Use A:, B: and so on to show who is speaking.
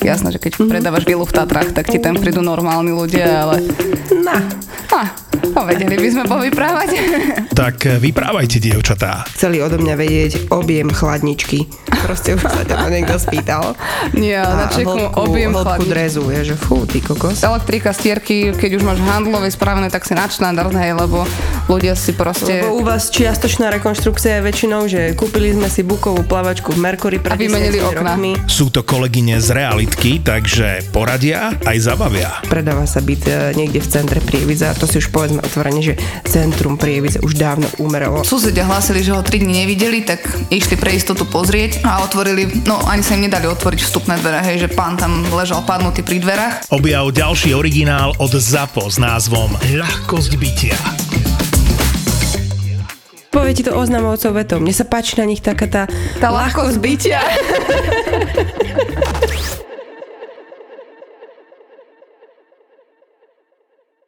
A: jasné, že keď predávaš vilu v Tatrách, tak ti tam prídu normálni ľudia, ale...
B: Na.
A: Ah, no, vedeli by sme povyprávať.
C: Tak eh, vyprávajte, dievčatá.
B: Chceli odo mňa vedieť objem chladničky. Proste už sa ťa to niekto spýtal.
A: Nie, na čeku objem
B: hĺbku
A: chladničky.
B: drezu, je, že fú, ty kokos.
A: Elektrika, stierky, keď už máš handlové spravené, tak si nadštandard, hej, lebo ľudia si proste...
B: Lebo u vás čiastočná rekonštrukcia je väčšinou, že kúpili sme si bukovú plavačku v Mercury
A: A
B: pred
A: vymenili
B: 10
A: okná.
B: rokmi.
C: Sú to kolegyne z realitky, takže poradia aj zabavia.
B: Predáva sa byt e, niekde v centre Prievidza a to si už povedzme otvorene, že centrum Prievidza už dávno umrelo.
A: Susedia hlásili, že ho 3 dní nevideli, tak išli pre istotu pozrieť a otvorili, no ani sa im nedali otvoriť vstupné dvere, hej, že pán tam ležal padnutý pri dverách.
C: Objav ďalší originál od ZAPO s názvom Ľahkosť bytia.
B: Povie ti to oznamovcov vetou. Mne sa páči na nich taká tá...
A: Tá ľahkosť bytia.